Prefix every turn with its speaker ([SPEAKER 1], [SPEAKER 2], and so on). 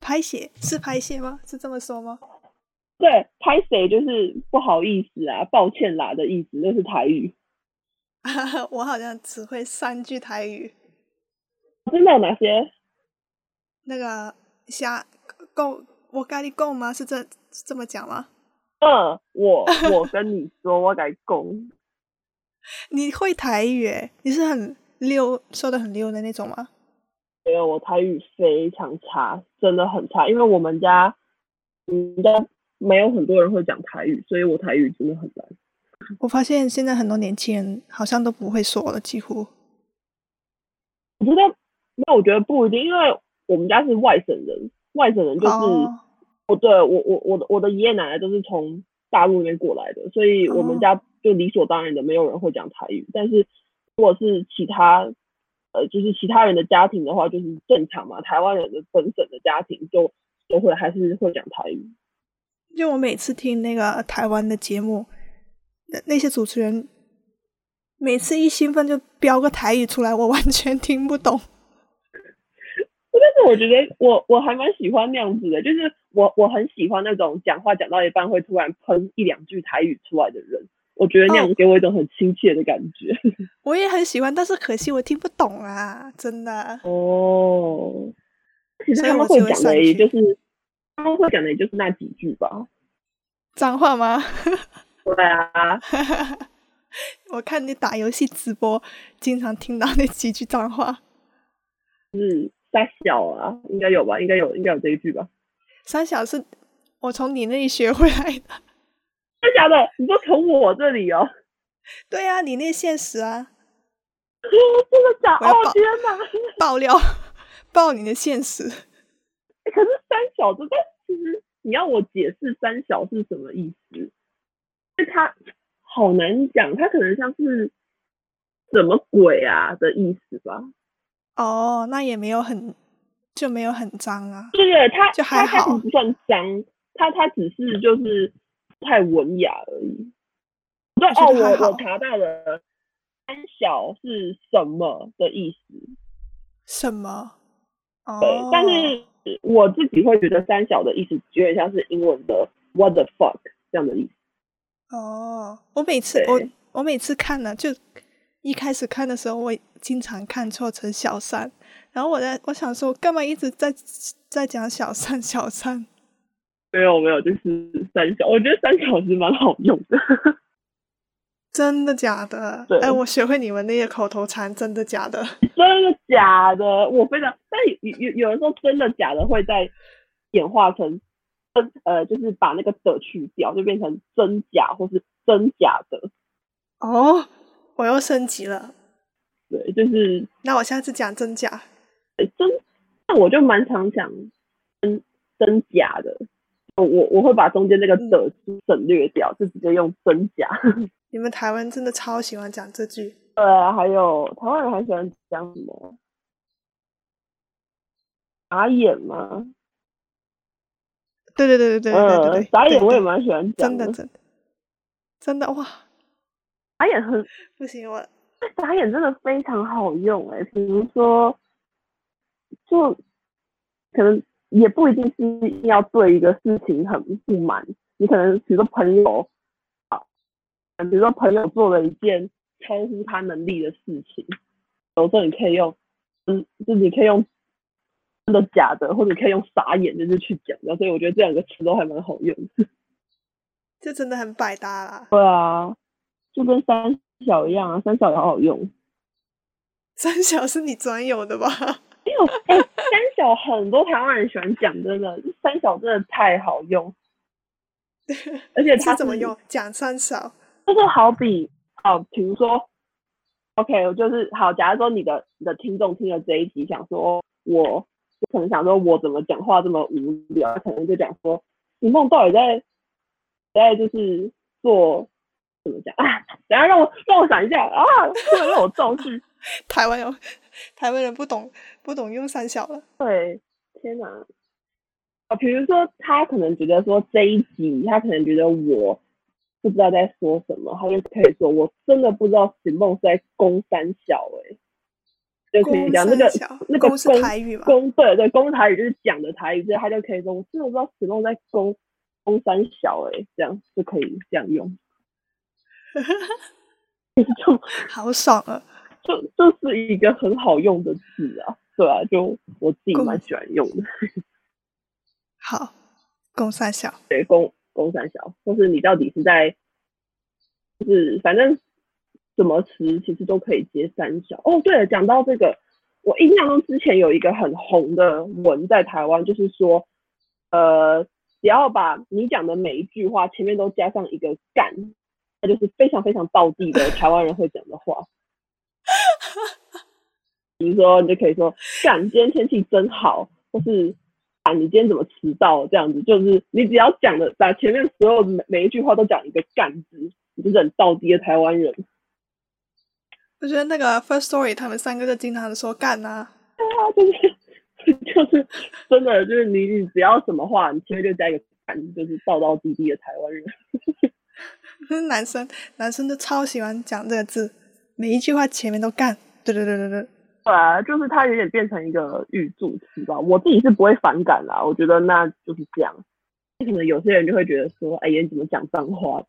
[SPEAKER 1] 拍写是拍写吗？是这么说吗？
[SPEAKER 2] 对，拍谁就是不好意思啊，抱歉啦的意思，那是台语。
[SPEAKER 1] 我好像只会三句台语，
[SPEAKER 2] 真的有哪些？
[SPEAKER 1] 那个虾够我咖喱够吗？是这是这么讲吗？
[SPEAKER 2] 嗯，我我跟你说，我改拱。
[SPEAKER 1] 你会台语诶？你是很溜，说的很溜的那种吗？
[SPEAKER 2] 没有，我台语非常差，真的很差。因为我们家，我们家没有很多人会讲台语，所以我台语真的很难。
[SPEAKER 1] 我发现现在很多年轻人好像都不会说了，几乎。
[SPEAKER 2] 我觉得，那我觉得不一定，因为我们家是外省人，外省人就是、
[SPEAKER 1] 哦
[SPEAKER 2] 我对我我我的我的爷爷奶奶都是从大陆那边过来的，所以我们家就理所当然的没有人会讲台语。但是如果是其他呃，就是其他人的家庭的话，就是正常嘛，台湾人的本省的家庭就就会还是会讲台语。
[SPEAKER 1] 就我每次听那个台湾的节目，那那些主持人每次一兴奋就飙个台语出来，我完全听不懂。
[SPEAKER 2] 但是我觉得我我还蛮喜欢那样子的，就是我我很喜欢那种讲话讲到一半会突然喷一两句台语出来的人，我觉得那样
[SPEAKER 1] 哦
[SPEAKER 2] 给我一种很亲切的感觉。
[SPEAKER 1] 我也很喜欢，但是可惜我听不懂啊，真的。
[SPEAKER 2] 哦，其实
[SPEAKER 1] 所以
[SPEAKER 2] 他
[SPEAKER 1] 我
[SPEAKER 2] 们
[SPEAKER 1] 就
[SPEAKER 2] 会
[SPEAKER 1] 会
[SPEAKER 2] 讲
[SPEAKER 1] 上
[SPEAKER 2] 的也
[SPEAKER 1] 去
[SPEAKER 2] 就是他们会讲的也就是那几句吧。
[SPEAKER 1] 脏话吗？
[SPEAKER 2] 对啊，
[SPEAKER 1] 我看你打游戏直播，经常听到那几句脏话。
[SPEAKER 2] 大小啊，应该有吧？应该有，应该有这一句吧？
[SPEAKER 1] 三小是我从你那里学回来的。
[SPEAKER 2] 真的假的？你都从我这里哦？
[SPEAKER 1] 对啊，你那现实啊，
[SPEAKER 2] 真的假
[SPEAKER 1] 我
[SPEAKER 2] 的？
[SPEAKER 1] 要
[SPEAKER 2] 哦
[SPEAKER 1] 报
[SPEAKER 2] 天哪！
[SPEAKER 1] 爆料， 爆你的现实。
[SPEAKER 2] 欸可是三小这个，其实你要我解释三小是什么意思？就它好难讲，它可能像是什么鬼啊的意思吧？
[SPEAKER 1] 哦，那也没有很，就没有很脏啊。
[SPEAKER 2] 对对，他
[SPEAKER 1] 就还
[SPEAKER 2] 他
[SPEAKER 1] 好
[SPEAKER 2] 不算脏，他他只是就是太文雅而已。对
[SPEAKER 1] 觉
[SPEAKER 2] 哦，
[SPEAKER 1] 得还
[SPEAKER 2] 我
[SPEAKER 1] 好
[SPEAKER 2] 我查到了，三小是什么的意思？
[SPEAKER 1] 什么？哦
[SPEAKER 2] 对，，但是我自己会觉得三小的意思有点像是英文的 what the fuck 这样的意思。
[SPEAKER 1] 哦，我每次我
[SPEAKER 2] 对
[SPEAKER 1] 我每次看呢，就一开始看的时候，我经常看错成小三，然后我在我想说，我干嘛一直在在讲小三小三？
[SPEAKER 2] 没有没有，就是三小，我觉得三小是蛮好用的。
[SPEAKER 1] 真的假的
[SPEAKER 2] 对？
[SPEAKER 1] 哎，我学会你们那些口头禅，真的假的？
[SPEAKER 2] 真的假的？我非常，但有有有的时候真的假的会在演化成真呃，就是把那个的去掉，就变成真假或是真假的。
[SPEAKER 1] 哦，我又升级了，
[SPEAKER 2] 对，就是
[SPEAKER 1] 那我下次讲真假。
[SPEAKER 2] 呃真，那我就蛮常讲真真假的。我我我会把中间那
[SPEAKER 1] 嗯
[SPEAKER 2] 个的省略掉，就直接用真假。
[SPEAKER 1] 你们台湾真的超喜欢讲这句，
[SPEAKER 2] 对啊，还有台湾人还喜欢讲什么？眨眼吗？
[SPEAKER 1] 对对对对对对对
[SPEAKER 2] 嗯
[SPEAKER 1] 对，，
[SPEAKER 2] 眨眼
[SPEAKER 1] 对
[SPEAKER 2] 我也
[SPEAKER 1] 对
[SPEAKER 2] 蛮喜欢讲
[SPEAKER 1] 真的真的真的哇，
[SPEAKER 2] 眨眼很
[SPEAKER 1] 不行我
[SPEAKER 2] 眨眼真的非常好用哎、比如说，就可能也不一定是一定要对一个事情很不满，你可能比如说朋友啊，比如说朋友做了一件超乎他能力的事情，有时候你可以用，嗯，就你可以用嗯真的假的，或者可以用傻眼就是去讲的，所以我觉得这两个词都还蛮好用的。
[SPEAKER 1] 这真的很百搭啦。
[SPEAKER 2] 对啊，就跟三小一样啊，三小也好好用。
[SPEAKER 1] 三小是你专有的吧？
[SPEAKER 2] 没有，哎、三小很多台湾人喜欢讲，真的，三小真的太好 用，而且它
[SPEAKER 1] 是怎么用？？讲三小，
[SPEAKER 2] 就是好比，哦，比如说，OK，我就是好，假如说你的你的听众听了这一集，想说我，就可能想说我怎么讲话这么无聊，可能就讲说你梦到底在在就是做怎么讲啊？等一下让我让我想一下啊，突然让我重视。
[SPEAKER 1] 台湾有台湾人不懂不懂用三小了。
[SPEAKER 2] 对，天哪！啊，比如说他可能觉得说这一集，他可能觉得我不知道在说什么，他就可以说我真的不知道 Simon 是在攻三小哎、就可以
[SPEAKER 1] 公
[SPEAKER 2] 讲那个
[SPEAKER 1] 三小
[SPEAKER 2] 那个
[SPEAKER 1] 公是
[SPEAKER 2] 公
[SPEAKER 1] 台语吧？
[SPEAKER 2] 公对对公台语就是讲的台语，所以他就可以说，我真的不知道子龙在公公三小哎、这样就可以这样用，就
[SPEAKER 1] 好爽啊！
[SPEAKER 2] 就就是一个很好用的字啊，对啊，就我自己
[SPEAKER 1] 公
[SPEAKER 2] 蛮喜欢用的，
[SPEAKER 1] 好，公三小，
[SPEAKER 2] 对公公三小，或是你到底是在，就是反正什么词其实都可以接三小。哦，对了，讲到这个，我印象中之前有一个很红的文在台湾，就是说，呃，只要把你讲的每一句话前面都加上一个“干”，那就是非常非常道地的台湾人会讲的话。比如说，你就可以说“干，今天天气真好”，或是“啊，你今天怎么迟到”这样子，就是你只要讲的把前面所有每每一句话都讲一个“干”字，你就是很道地的台湾人。
[SPEAKER 1] 我觉得那个 First Story 他们三个就经常说干啊，
[SPEAKER 2] 啊，就是就是 真的就是你你只要什么话，你前面就加一个“干”，就是道道地地的台湾人。
[SPEAKER 1] 男生男生就超喜欢讲这个字，每一句话前面都干，对对对对对，
[SPEAKER 2] 对啊，就是它有点变成一个语助词吧。我自己是不会反感啦，我觉得那就是这样。可能有些人就会觉得说，哎呀，你怎么讲脏话？